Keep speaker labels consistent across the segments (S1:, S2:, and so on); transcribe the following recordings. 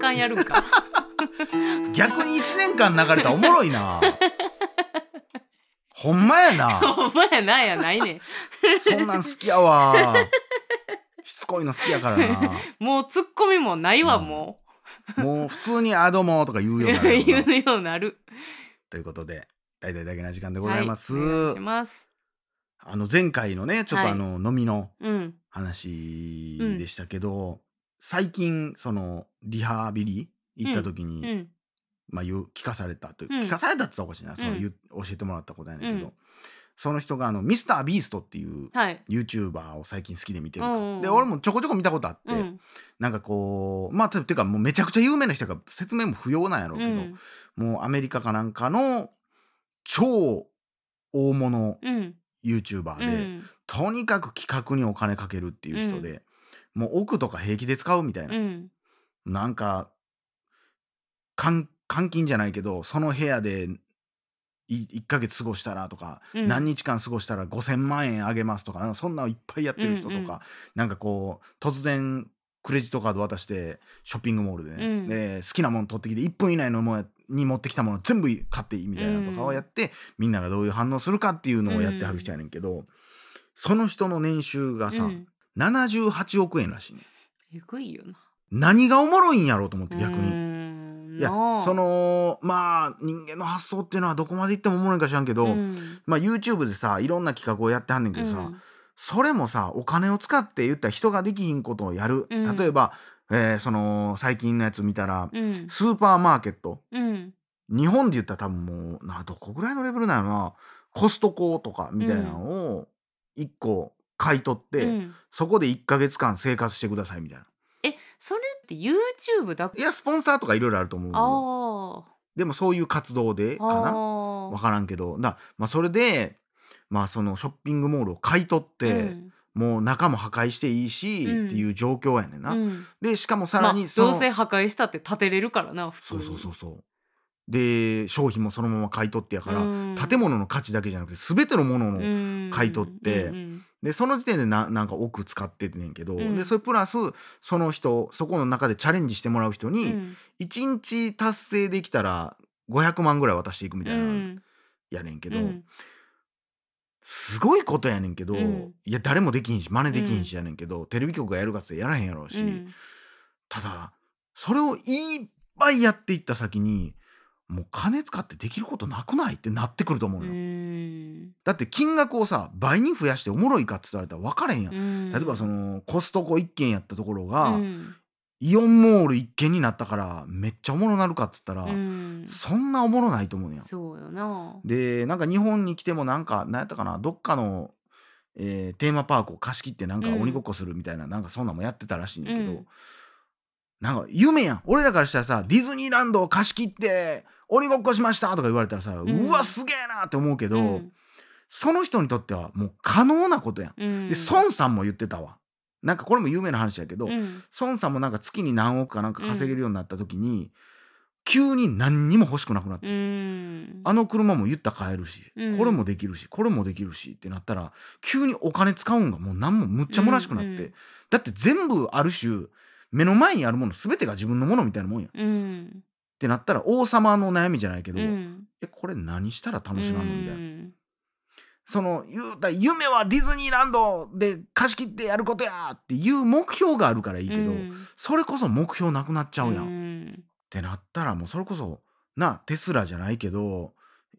S1: 間やるん か
S2: 逆に1年間流れたらおもろ いなほんまやな
S1: お前やなんやないね
S2: そんなん好きやわしつこいの好きやからな
S1: もうツッコミもないわ、
S2: うん
S1: も
S2: もう普通に「あどうも」とか言う
S1: う
S2: ようになる
S1: 言うようになる
S2: ということで大体だけな時間でございます,、
S1: はい、お願いします
S2: あの前回のねちょっとあの、飲みの
S1: うん
S2: 話でしたけど、最近そのリハビリ行った時に、
S1: うん
S2: まあ、言う聞かされたという、
S1: うん
S2: 聞かされたって言ったらおかしいな、その
S1: うん
S2: 言う教えてもらったことやねんけど、
S1: うん
S2: その人があのミスタービーストっていう
S1: はい
S2: YouTuber を最近好きで見てるから、
S1: うんうんうん
S2: で俺もちょこちょこ見たことあって、
S1: うん
S2: なんかこうまあててかもうめちゃくちゃ有名な人が説明も不要なんやろう
S1: う
S2: けど、
S1: ん
S2: もうアメリカかなんかの超大物
S1: うん、
S2: YouTuber
S1: う
S2: で、
S1: ん
S2: とにかく企画にお金かけるっていう人で、もう億とか平気で使うみたいな
S1: う、ん
S2: なんか監監禁じゃないけどその部屋で1ヶ月過ごしたらとか、
S1: うん
S2: 何日間過ごしたら5,000万円あげますとかなんかそんなのいっぱいやってる人とか、
S1: うんうん
S2: なんかこう突然クレジットカード渡してショッピングモールで,、ね
S1: うん
S2: で好きなもの取ってきて1分以内のものに持ってきたもの全部買っていいみたいなのとかをやって、みんながどういう反応するかっていうのをやってはる人やねんけど、その人の年収がさ、
S1: うん
S2: 78億円らしいね
S1: えぐいよな
S2: 何がおもろいんやろうと思って逆に。
S1: に
S2: いやそのまあ人間の発想っていうのはどこまでいってもおもろいんか知らんけど、
S1: うん
S2: まあ、YouTube でさいろんな企画をやってはんねんけどさ、それもさお金を使って言ったら人ができひんことをやる、
S1: うん
S2: 例えば、えーその最近のやつ見たら、
S1: うん
S2: スーパーマーケット
S1: うん
S2: 日本で言ったら多分もうなどこぐらいのレベルなのなコストコとかみたいなのを1個買い取って、
S1: うん
S2: そこで1ヶ月間生活してくださいみたいな。
S1: えそれって YouTube だ
S2: いやスポンサーとかいろいろあると思うけ
S1: あ
S2: ど
S1: ー
S2: でもそういう活動でか
S1: あ
S2: な。
S1: ー
S2: 分からんけどだ、まあ、それで、まあ、そのショッピングモールを買い取って、
S1: うん
S2: もう中も破壊していいし、
S1: うん
S2: っていう状況やねんな。
S1: うん
S2: でしかもさら
S1: ま
S2: に
S1: あ、
S2: その、
S1: どうせ破壊したって建てれるからな普通
S2: そ
S1: に
S2: うそうそうそうで商品もそのまま買い取ってやから、
S1: うん
S2: 建物の価値だけじゃなくて全てのものの、
S1: うん
S2: 買い取って
S1: うん
S2: でその時点でななんか億使っててねんけど、
S1: うん
S2: でそれプラスその人そこの中でチャレンジしてもらう人
S1: う
S2: に、
S1: ん
S2: 1日達成できたら500万ぐらい渡していくみたいな、
S1: うん
S2: やねんけ
S1: う
S2: ど。
S1: ん
S2: すごいことやねんけど、
S1: うん
S2: いや誰もできひんし真似できひんしやねんけど、テレビ局がやるかってやらへんやろうし、
S1: うん
S2: ただそれをいっぱいやっていった先にもう金使ってできることなくないってなってくると思う
S1: う
S2: のよ、
S1: ん
S2: だって金額をさ倍に増やしておもろいかって言われたら分かれへんやん、
S1: うん
S2: 例えばそのコストコ1軒やったところが、
S1: うん
S2: イオンモール1軒になったからめっちゃおもろなるかっつったら、
S1: うん
S2: そんなおもろないと思うのよ
S1: そうよな
S2: でなんか日本に来てもなんか何やったかなどっかの、えーテーマパークを貸し切ってなんか
S1: うん
S2: 鬼ごっこするみたいな、なんかそんなんもやってたらしいねんけど、
S1: うん
S2: なんか夢やん俺らからしたらさディズニーランドを貸し切って鬼ごっこしましたとか言われたらさ、うんわすげえなって思うけど、
S1: うん
S2: その人にとってはもう可能なことやん。
S1: うん
S2: で孫さんも言ってたわなんかこれも有名な話やけど、
S1: うん
S2: 孫さんもなんか月に何億かなんか稼げるようになった時に、急に何にも欲しくなくなって。
S1: うん
S2: あの車も言ったら買えるし、
S1: うん
S2: これもできるしこれもできるしってなったら急にお金使うんがもう何もむっちゃ虚しくなって、
S1: うんうん
S2: だって全部ある種目の前にあるもの全てが自分のものみたいなもんやっ
S1: うん
S2: てなったら王様の悩みじゃないけど、
S1: うん
S2: えこれ何したら楽しなのみたいな、
S1: うん
S2: その言うたら夢はディズニーランドで貸し切ってやることやっていう目標があるからいいけど、
S1: うん
S2: それこそ目標なくなっちゃうやん
S1: うん
S2: ってなったらもうそれこそなテスラじゃないけど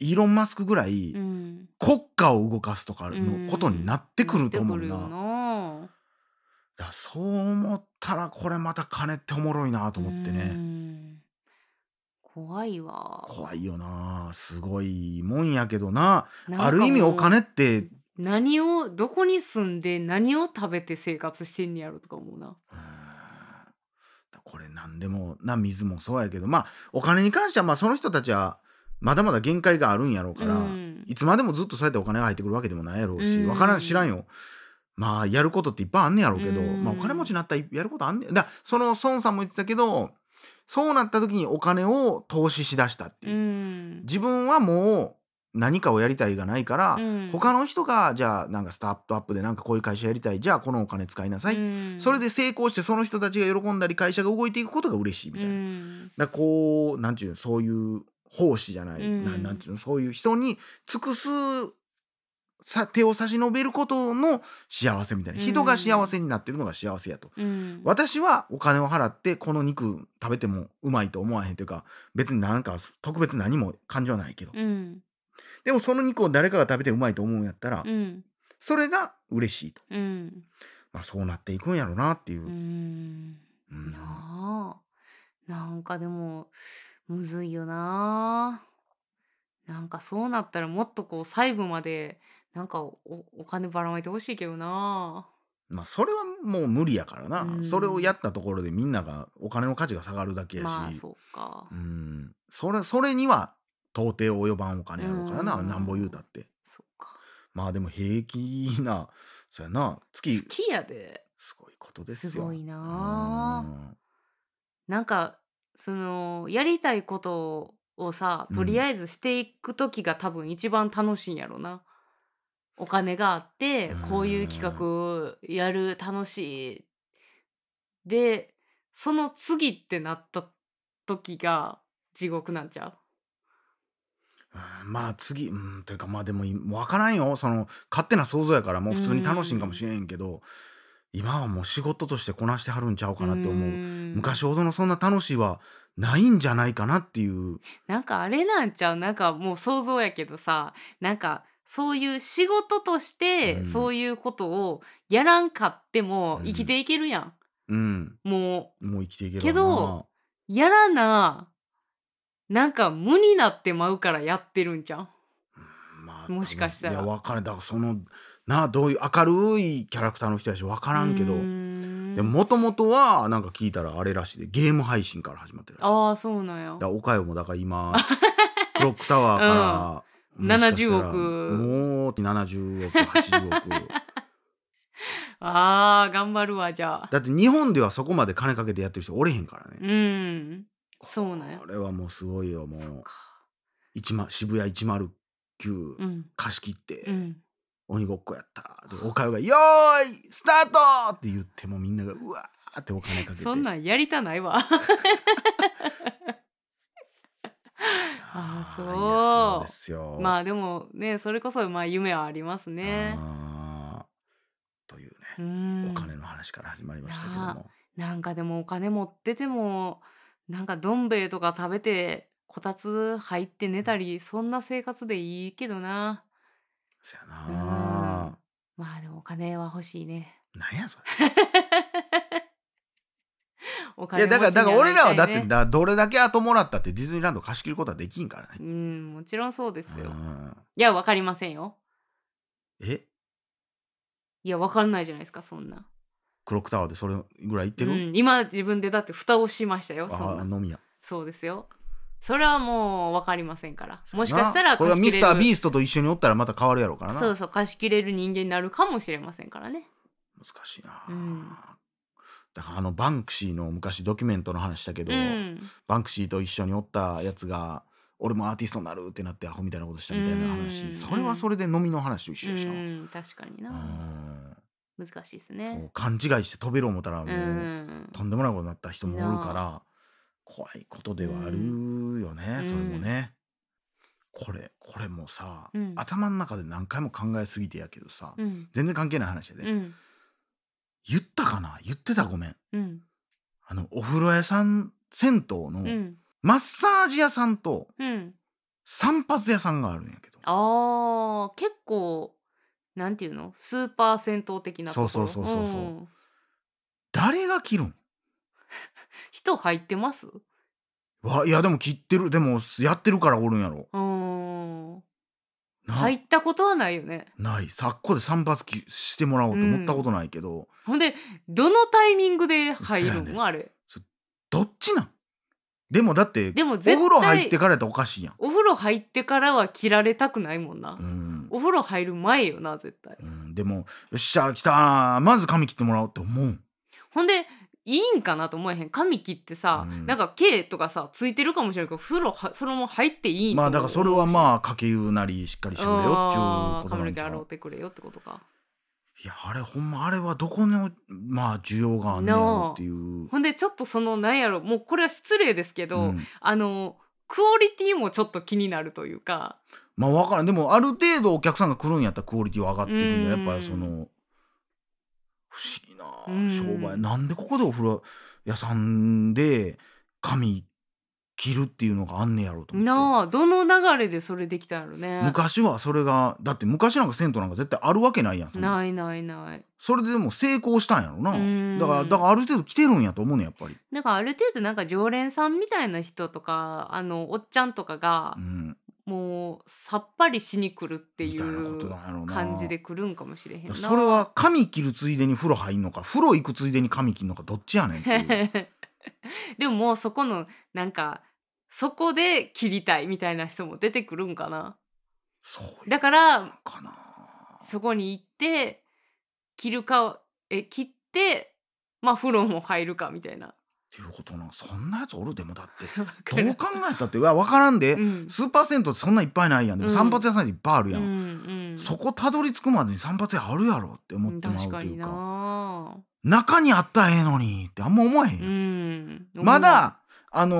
S2: イーロン・マスクぐらい
S1: うん
S2: 国家を動かすとか
S1: うん
S2: のことになってくると思う
S1: なって
S2: な,、
S1: くるよな
S2: だからそう思ったらこれまた金っておもろいなと思ってね、
S1: うん怖いわ
S2: 怖いよなすごいもんやけどな
S1: なんか
S2: ある意味
S1: もう
S2: お金って、うん
S1: 何をどこに住んで何を食べて生活してんねやろとか思うな
S2: これ何でもな水もそうやけどまあお金に関してはまあその人たちはまだまだ限界があるんやろうから、
S1: うん
S2: いつまでもずっとそうやってお金が入ってくるわけでもないやろうし、
S1: うん
S2: わからん知らんよ。まあやることっていっぱいあんねやろうけど、
S1: うん
S2: まあお金持ちになったらやることあんねだからその孫さんも言ってたけど、そうなった時にお金を投資しだしたって
S1: う
S2: いう。
S1: ん
S2: 自分はも何かをやりたいがないから、
S1: うん
S2: 他の人がじゃあなんかスタートアップでなんかこういう会社やりたいじゃあこのお金使いなさい、
S1: うん
S2: それで成功してその人たちが喜んだり会社が動いていくことが嬉しいみたいな、
S1: う
S2: だか
S1: ん
S2: らこうなんていうのそういう奉仕じゃない、
S1: うん
S2: ななんていうのそういう人に尽くすさ手を差し伸べることの幸せみたいな
S1: うん
S2: 人が幸せになってるのが幸せやと。
S1: うん
S2: 私はお金を払ってこの肉食べてもうまいと思わへんというか別になんか特別何も感情はないけど、
S1: うん
S2: でもその肉を誰かが食べてうまいと思うんやったら、
S1: うん
S2: それが嬉しいと、
S1: うん
S2: まあ、そうなっていくんやろうなっていう、
S1: うん
S2: うん
S1: なあなんかでもむずいよななんかそうなったらもっとこう細部までなんかおお金ばらまいてほしいけどな
S2: まあ、それはもう無理やからな、
S1: うん
S2: それをやったところでみんながお金の価値が下がるだけやし、
S1: まあそうか、
S2: うん、それそれには到底及ばんお金やろうからな、
S1: うん
S2: なんぼ言うたって
S1: そうか
S2: まあでも平気なそうやな月
S1: 好きやです
S2: ごいことですよ
S1: すごいなあ
S2: うん
S1: なんかそのやりたいことをさ
S2: うん
S1: とりあえずしていく時が多分一番楽しいんやろな、お金があって
S2: うん
S1: こういう企画やる楽しいでその次ってなった時が地獄なんちゃ
S2: うんまあ次うんというかまあでもいもう分からんよその勝手な想像やからもう普通に楽しいんかもしれんけど、今はもう仕事としてこなしてはるんちゃう
S1: う
S2: かなって思う、昔
S1: 昔
S2: ほどのそんな楽しいはないんじゃないかなっていう
S1: なんかあれなんちゃうなんかもう想像やけどさなんかそういう仕事とし
S2: う
S1: て
S2: ん
S1: そういうことをやらんかっても生きていけるやん、
S2: うん
S1: もう
S2: もう生きていける
S1: けどやらな、なんか無になってまうからやってるんじゃん。
S2: ま
S1: もしかしたら
S2: いや分からんだからそのなあどういう明るいキャラクターの人やし分からんけど
S1: うーん
S2: でももともとはなんか聞いたらあれらしいでゲーム配信から始まってるらしい
S1: ああ、そうなんや
S2: だか。ら岡山もだから今 クロックタワーから、
S1: うん
S2: もしかしたら
S1: 70億
S2: もう70億80億
S1: ああ、頑張るわ、じゃあ。
S2: だって日本ではそこまで金かけてやってる人おれへんからね、
S1: うん。そうなんや
S2: こ。れはもうすごいよも
S1: そう
S2: う
S1: か。
S2: 一万渋谷109、
S1: うん。
S2: 貸し切って、
S1: うん。
S2: 鬼ごっこやったでおかゆが「よーいスタート!」って言ってもみんながうわーってお金かけて
S1: そんなんやりたないわ。 あーそう
S2: いやそうですよ
S1: まあでもね、それこそまあ夢はありますね。
S2: あーという
S1: う
S2: ね、
S1: ん。
S2: お金の話から始まりましたけど
S1: なあ
S2: も
S1: なんかでもお金持っててもなんかどん兵衛とか食べてこたつ入って寝たりそんな生活でいいけどな
S2: そや
S1: うん
S2: な
S1: まあでもお金は欲しいね
S2: なんやそれ
S1: お
S2: い
S1: 金
S2: やだから
S1: 持ち
S2: だ
S1: に
S2: から
S1: はな
S2: 俺
S1: り
S2: ら
S1: た
S2: はいだって
S1: ね
S2: だどれだけ後もらったってディズニーランド貸し切ることはできんから
S1: う
S2: ね
S1: んもちろんそうですよ
S2: うん
S1: いやわかりませんよ
S2: え
S1: いやわかんないじゃないですかそんな
S2: クロックタワーでそれぐらい行って
S1: う
S2: る
S1: ん、今自分でだって蓋をしましたよそ
S2: あ
S1: んな
S2: 飲み屋
S1: そうですよそれはもうわかりませんから
S2: そやな
S1: もしかしたら
S2: これはミ
S1: 貸し切
S2: スタ
S1: れ
S2: ー
S1: る
S2: ビーストと一緒におったらまた変わるやろうからな
S1: そうそう貸し切れる人間になるかもしれませんからね
S2: 難しいな、
S1: うん
S2: だからあのバンクシーの昔ドキュメントの話したけど、
S1: うん
S2: バンクシーと一緒におったやつが俺もアーティストになるってなってアホみたいなことしたみたいな話、
S1: うん
S2: それはそれで飲みの話と一緒やしな、
S1: うん確かに
S2: う
S1: なん難しいです
S2: そ
S1: ね
S2: う勘違いして飛べる思ったらも
S1: う
S2: う、
S1: ん
S2: とんでもないことになった人もおるか
S1: な
S2: ら怖いことではあるよ
S1: う
S2: ね、
S1: ん
S2: それもね。これこれもさ、
S1: うん
S2: 頭の中で何回も考えすぎてやけどさ、
S1: うん
S2: 全然関係ない話やで、
S1: うん
S2: 言ったかな言ってたごめん
S1: うん
S2: あのお風呂屋さん銭湯
S1: う
S2: の
S1: ん
S2: マッサージ屋さんと
S1: うん
S2: 散髪屋さんがあるんやけど
S1: あー結構なんていうのスーパー銭湯的なところ
S2: そうそうそうそうそうん誰が切るん
S1: 人入ってます
S2: わいやでも切ってるでもやってるからおるんやろ
S1: うん
S2: な,、
S1: 入ったことはないよね
S2: ないさっこで散髪きしてもらおうと思ったことないけど、
S1: ほんでどのタイミングで入る
S2: そ
S1: ん、
S2: うやね
S1: あれ
S2: どっちなんでもだって
S1: でも
S2: お
S1: 絶対
S2: 風呂入ってからやったらおかしいやん
S1: お風呂入ってからは切られたくないもんな、
S2: うん、
S1: お風呂入る前よな絶対
S2: うん、でもよっしゃ来たなまず髪切ってもらおうって思う
S1: ほんでいいんかなと思えへん髪切ってさ、
S2: うん
S1: なんか毛とかさついてるかもしれないけど風呂はそのまま入っていいん
S2: まあだからそれはま
S1: あ
S2: あかけ湯なりしっかりしてくれよっていう
S1: あ
S2: こと
S1: 髪
S2: な
S1: の
S2: ん
S1: 毛
S2: ちゃ
S1: 洗う
S2: う
S1: てくれよってことか
S2: いやあれほんまあれはどこのまあ需要があんねやろっていう、
S1: ほんでちょっとそのなんやろもうこれは失礼ですけど、
S2: うん
S1: あのクオリティもちょっと気になるというか
S2: まあ分からんでもある程度お客さんが来るんやったらクオリティは上がっていくんでや
S1: う
S2: っ
S1: ん
S2: ぱりその不
S1: う
S2: 思
S1: ん
S2: 議な商売なんでここでお風呂屋さんで髪切るっていうのがあんねやろうと思って。
S1: なあどの流れでそれできたんやろね
S2: 昔はそれがだって昔なんか銭湯なんか絶対あるわけないやんそんな
S1: ないないない
S2: それででも成功したんやろな
S1: うん
S2: だからだからある程度来てるんやと思うねんやっぱり、
S1: なんかある程度なんか常連さんみたいな人とかあのおっちゃんとかが
S2: う、ん、っ
S1: もうさっぱりしに来るってい
S2: みたいなこと
S1: う
S2: なんやろうな
S1: 感じで来るんかもしれへんな。
S2: そ れは髪切るついでに風呂入んのか風呂行くついでに髪切るのかどっちやねんって いう
S1: でももうそこのなんかそこで切りたいみたいな人も出てくるんかな。
S2: そういう
S1: だから
S2: かな
S1: そこに行って切るかえ切ってまあ風呂も入るかみたいな。
S2: っていうことなんそんなやつおるでもだって
S1: わ か
S2: ど
S1: る
S2: う考えたってうわ分からんで、
S1: うん
S2: スーパー銭湯ってそんないっぱいないやんでも
S1: うん
S2: 散髪屋さんっていっぱいあ
S1: う
S2: る
S1: ん
S2: や、
S1: うんん、
S2: そこたどり着くまでに散髪屋あるやろって思ってま
S1: 確
S2: うと
S1: か
S2: い
S1: に
S2: うか
S1: な。
S2: 中にあったらええのにってあんま思えへん
S1: う
S2: やん、
S1: ん、
S2: まだあの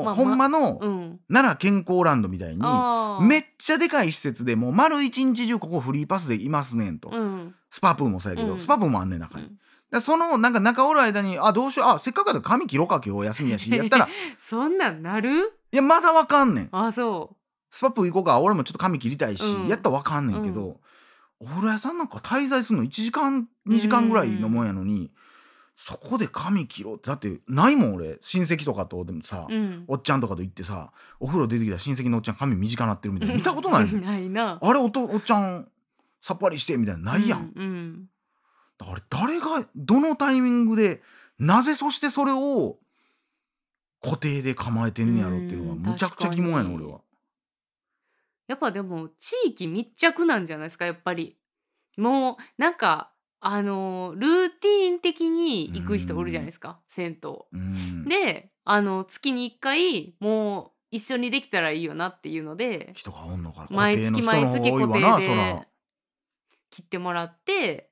S2: ー
S1: まあ
S2: ほんまの、
S1: 思う、うん、
S2: 奈良健康ランドみたいに
S1: あー
S2: めっちゃでかい施設でもう丸一日中ここフリーパスでいますねんと、
S1: うん
S2: スパプーもそうやけど、
S1: うん
S2: スパプーもあんねん中
S1: う
S2: に、だか
S1: ん、
S2: らそのなんか中おる間にあどうしようあせっかくやったら髪切ろうか今日休み やしやったらい
S1: そんなんなる
S2: やまだわかんねん
S1: あそう
S2: スパプー行こうか俺もちょっと髪切りたいし、
S1: うん
S2: やったらわかんねんけど、お風呂屋さんなんか滞在するの1時間2時間ぐらいのもんやのに、そこで髪切ろうってだってないもん俺親戚とかとでもさ、
S1: うん
S2: おっちゃんとかと行ってさお風呂出てきた親戚のおっちゃん髪短なってるみたいな見たことないもん
S1: うん ないな
S2: あれおとおっちゃんさっぱりしてみたいなないやん、
S1: うん
S2: だからあれ誰がどのタイミングでなぜそしてそれを固定で構えてんねやろっていうのは
S1: うん
S2: むちゃくちゃ疑問やねん
S1: 確か
S2: 俺
S1: に
S2: は。
S1: やっぱでも地域密着なんじゃないですかやっぱりもうなんかあのールーティーン的に行く人おるじゃないですか銭
S2: う
S1: 湯
S2: ん
S1: であの月に1回もう一緒にできたらいいよなっていうので
S2: 人がおんのから固
S1: 毎
S2: 定の
S1: 月
S2: 人の
S1: 毎
S2: 方が
S1: 月
S2: 多い
S1: 固
S2: わなそ
S1: 定
S2: ら
S1: で切ってもらって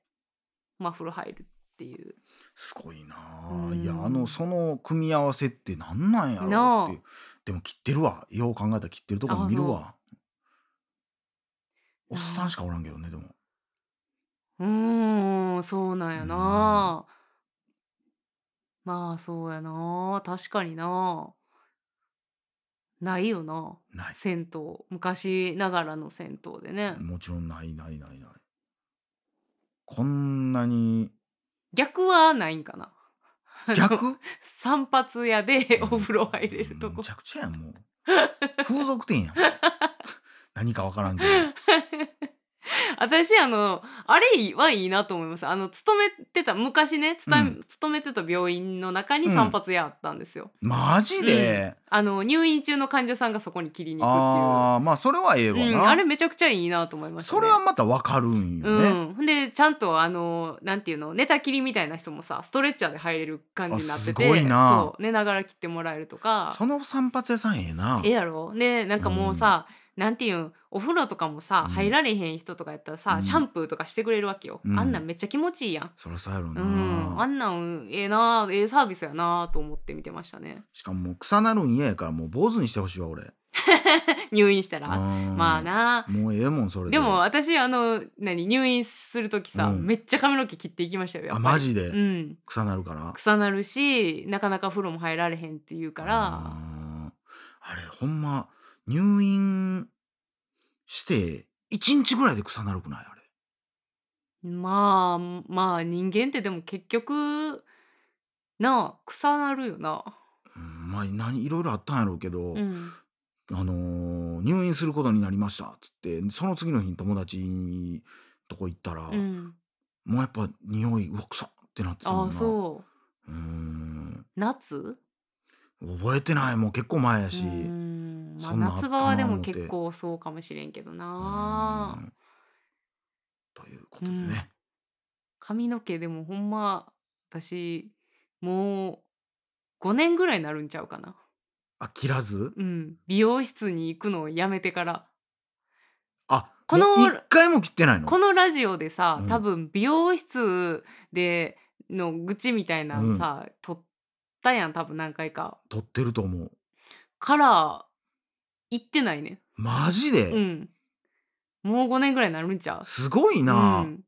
S1: まあ風呂入るっていう
S2: すごいな
S1: う
S2: あ
S1: ん
S2: いやあのその組み合わせってなんなんやろっていうでも切ってるわよう考えたら切ってるとこ見るわお
S1: そう
S2: っさんしかおらんけどねでも
S1: うーんそうなんやなまあそうやな確かになないよな
S2: ない
S1: 銭湯昔ながらの銭湯でね
S2: もちろんないないないない。こんな に
S1: 逆はないんかな あの
S2: 逆
S1: 散髪屋で お風呂入れると
S2: む
S1: こ
S2: ちゃくちゃやんもう。風俗店 やん。何かわからんけど。
S1: 私あのあれはいいなと思いますあの勤めてた昔ねつた、
S2: うん
S1: 勤めてた病院の中に
S2: うん
S1: 散髪屋あったんですよ、
S2: マジで。
S1: あの入院中の患者さんがそこに切りに行くっていう
S2: ああ、まあそれはええわな。
S1: うん、あれめちゃくちゃいいなと思いました、ね、
S2: それはまたわかるんよ
S1: う
S2: ね。
S1: ん、ほんでちゃんとあのなんていうの寝たきりみたいな人もさストレッチャーで入れる感じになってて
S2: あすごいな
S1: そう寝ながら切ってもらえるとか
S2: その散髪屋さんええな
S1: ええ。やろでなんかもうさ、なんていうんお風呂とかもさ
S2: うん
S1: 入られへん人とかやったらさ、
S2: うん
S1: シャンプーとかしてくれるわけよ、
S2: うん
S1: あんなんめっちゃ気持ちいいやん。
S2: そりゃそうやろ
S1: う、
S2: なん
S1: あ。んなんええなええサービスやなと思って見てましたね
S2: しかももう草なるん嫌やからもう坊主にしてほしいわ俺。
S1: 入院したら、ま
S2: ま
S1: あ。な
S2: もうええもんそれ
S1: でも私あの何入院する時さ、
S2: うん
S1: めっちゃ髪の毛切っていきましたよやっ
S2: あ
S1: ぱり
S2: マジで
S1: うん、
S2: 草なるから。
S1: 臭なるしなかなか風呂も入られへんっていうから
S2: あーあれほんま入院して1日ぐらいで臭なるくないあれ
S1: まあまあ人間ってでも結局なあ臭なるよな、
S2: うんまあ何いろいろあったんやろうけど、
S1: うん、
S2: あのー入院することになりましたっつってその次の日に友達にとこ行ったら、
S1: うん、
S2: もうやっぱ匂いうわ臭っってなってたもん
S1: あ
S2: な
S1: あそう
S2: うん
S1: う夏
S2: 覚えてないもう結構前やし
S1: う、ん、まあ、
S2: そんなんあった
S1: 夏
S2: な
S1: 場はでも
S2: 思て
S1: 結構そうかもしれんけど
S2: う
S1: なん
S2: ということでね、
S1: 髪の毛でもほんま私もう5年ぐらいになるんちゃうかな。
S2: あ切らず
S1: うん。美容室に行くのをやめてから。
S2: あ
S1: この
S2: もう一回も切ってないの
S1: このラジオでさ、
S2: うん
S1: 多分美容室での愚痴みたいなのさ、撮ったやん多分何回か
S2: 取ってると思う
S1: から行ってないね
S2: マジで、
S1: うんもう5年ぐらいになるんちゃう
S2: すごいな、
S1: うん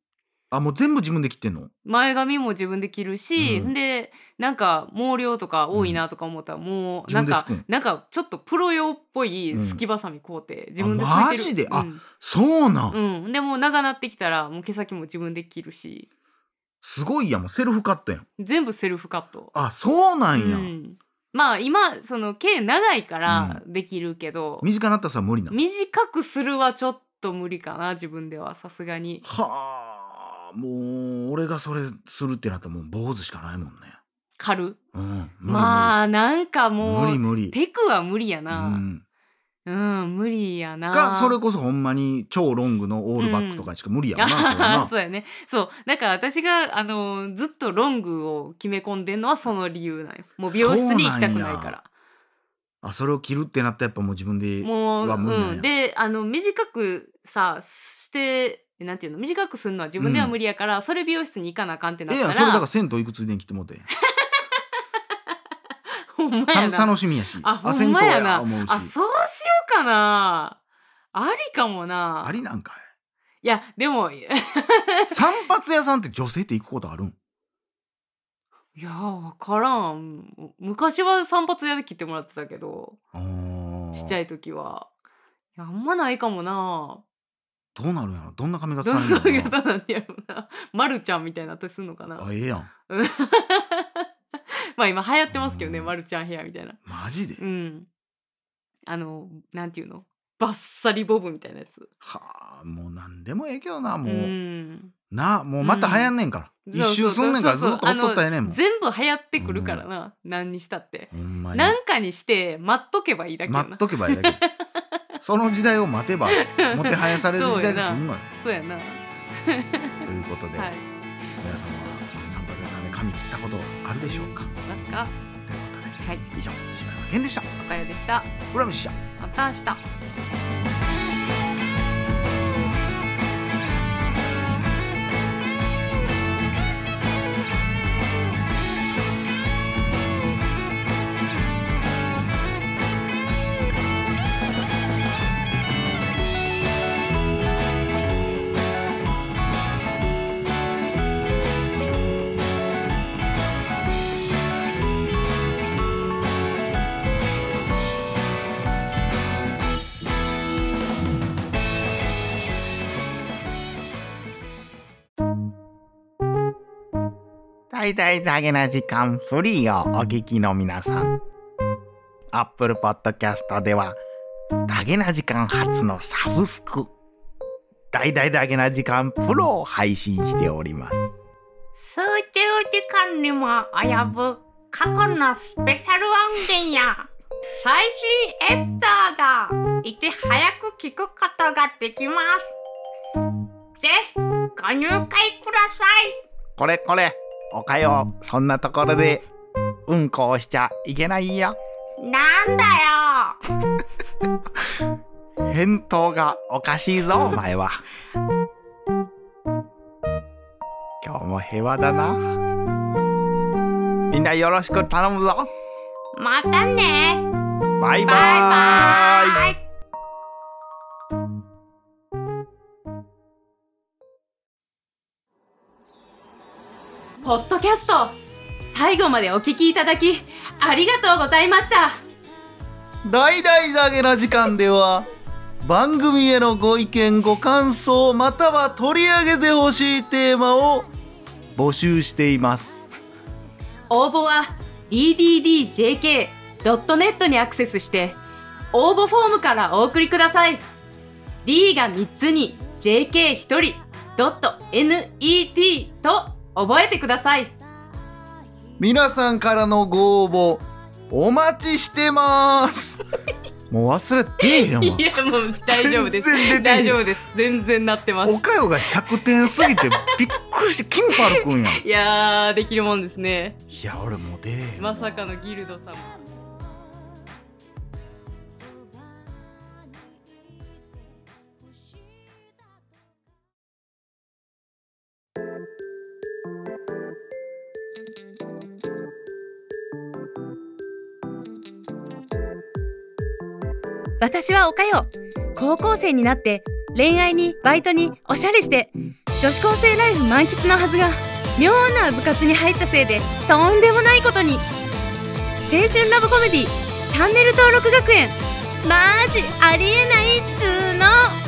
S2: あもう全部自分で切ってんの
S1: 前髪も自分で着るし、
S2: うん
S1: でなんか毛量とか多いなとか思ったら、もう
S2: 自
S1: なん
S2: 分です
S1: か
S2: くん
S1: なんかちょっとプロ用っぽい
S2: うん
S1: すきばさみ買うて、自分ですいてる
S2: マジであ
S1: うん
S2: そうなん、
S1: うん、でもう長なってきたらもう毛先も自分で切るし
S2: すごいやんもうセルフカットやん
S1: 全部セルフカット
S2: あそうなんや、
S1: うんまあ今その毛長いからできるけど、
S2: 短なったらさ無理な
S1: 短くするはちょっと無理かな自分ではさすがに
S2: はあもう俺がそれするってなったらもう坊主しかないもんね
S1: 軽
S2: うん無理
S1: まあなんかも
S2: 無理
S1: う
S2: 無理無理
S1: テクは無理や
S2: う
S1: な、
S2: ん、
S1: うん、無理やな
S2: がそれこそほんまに超ロングのオールバックとかしか無 理やわな、それ
S1: あ
S2: な
S1: ーそうやねそうだから私があのずっとロングを決め込んでんのはその理由なんよもう美容室に行きたくない
S2: そうなん
S1: から
S2: やあそれを切るってなったらやっぱもう自分で
S1: もう、
S2: は無理なんや
S1: うん、であの短くさしてなんていうの短くするのは自分では無理やから、それ美容室に行かなあかんってなっ
S2: ええ
S1: た
S2: や
S1: ら、
S2: んそれだから銭湯いくつでに切っても うて
S1: ほんま
S2: た
S1: やな
S2: 楽しみやし
S1: あほん
S2: 銭湯
S1: まやな
S2: や思うし
S1: あそうしようかなありかもな
S2: ありなんかい
S1: いやでも い
S2: 散髪屋さんって女性って行くことあるん
S1: やわからん昔は散髪屋で切ってもらってたけどちっちゃ
S2: い
S1: い時はいやあんまないかもな
S2: どうなるんやろどんな髪型
S1: ど
S2: さ
S1: の方
S2: れるんやろ
S1: 型なんやろうなまるちゃんみたいになったりするのかな
S2: なあええやん
S1: うんまあ今流行ってますけどね、
S2: うん
S1: まるちゃんヘアみたいな。
S2: マジで、
S1: うん。あの、なんていうのバッサリボブみたいなやつ。
S2: はあもう何でもええけどな
S1: う
S2: もう、
S1: ん。
S2: なもうまた流行んねんから、
S1: うん
S2: 一周すんねんからず
S1: そう
S2: っ
S1: そうそうそう
S2: とほっとったらええねんもん
S1: 全部流行ってくるからな、何にしたって。
S2: ほんまに
S1: なんかにして待っとけばいいだけよ
S2: 待
S1: な
S2: っ。とけばええ だけその時代を待てばもてはやされる時代が来るのよ
S1: そうやな。は
S2: ということ
S1: い。
S2: で、
S1: なん
S2: 皆様は散髪屋さんで髪切ったことあるでしょうかという
S1: か、
S2: ことで
S1: はい。
S2: 以上島山健でした
S1: おかよでした。
S2: 浦飯社
S1: また明日。
S2: 大々だげな時間フリーをお聞きの皆さん Apple Podcast ではだげな時間初のサブスク大々だげな時間プロを配信しております
S3: 数十時間にも及ぶ過去のスペシャル音源や最新エピソードをいち早く聞くことができます。ぜひご入会ください。
S2: これこれおかようそんなところでうんこをしちゃいけないよ
S3: なんだよ
S2: 返答がおかしいぞお前は今日も平和だなみんなよろしく頼むぞ
S3: またね
S2: バイバ
S3: バイバ
S2: イ
S3: イ
S1: ポッドキャスト最後までお聞きいただきありがとうございました
S4: 大々だげな時間では番組へのご意見ご感想または取り上げてほしいテーマを募集しています
S1: 応募は ddjk.net にアクセスして応募フォームからお送りください D が3つに JK1 人 .net と覚えてください
S4: 皆さんからのご応募お待ちしてます もう忘れてへんよ
S1: いやもう大丈夫です
S4: 全然出てへん
S1: 大丈夫です全然なってます
S4: おかよが100点すぎてびっく
S2: 略してキンパルくんやんい
S5: いやーできるもんですね
S2: や俺もう出えへん
S5: まさかのギルド様
S1: 私はおかよ高校生になって恋愛にバイトにおしゃれして女子高生ライフ満喫のはずが妙な部活に入ったせいでとんでもないことに青春ラブコメディチャンネル登録学園マジありえないっつーの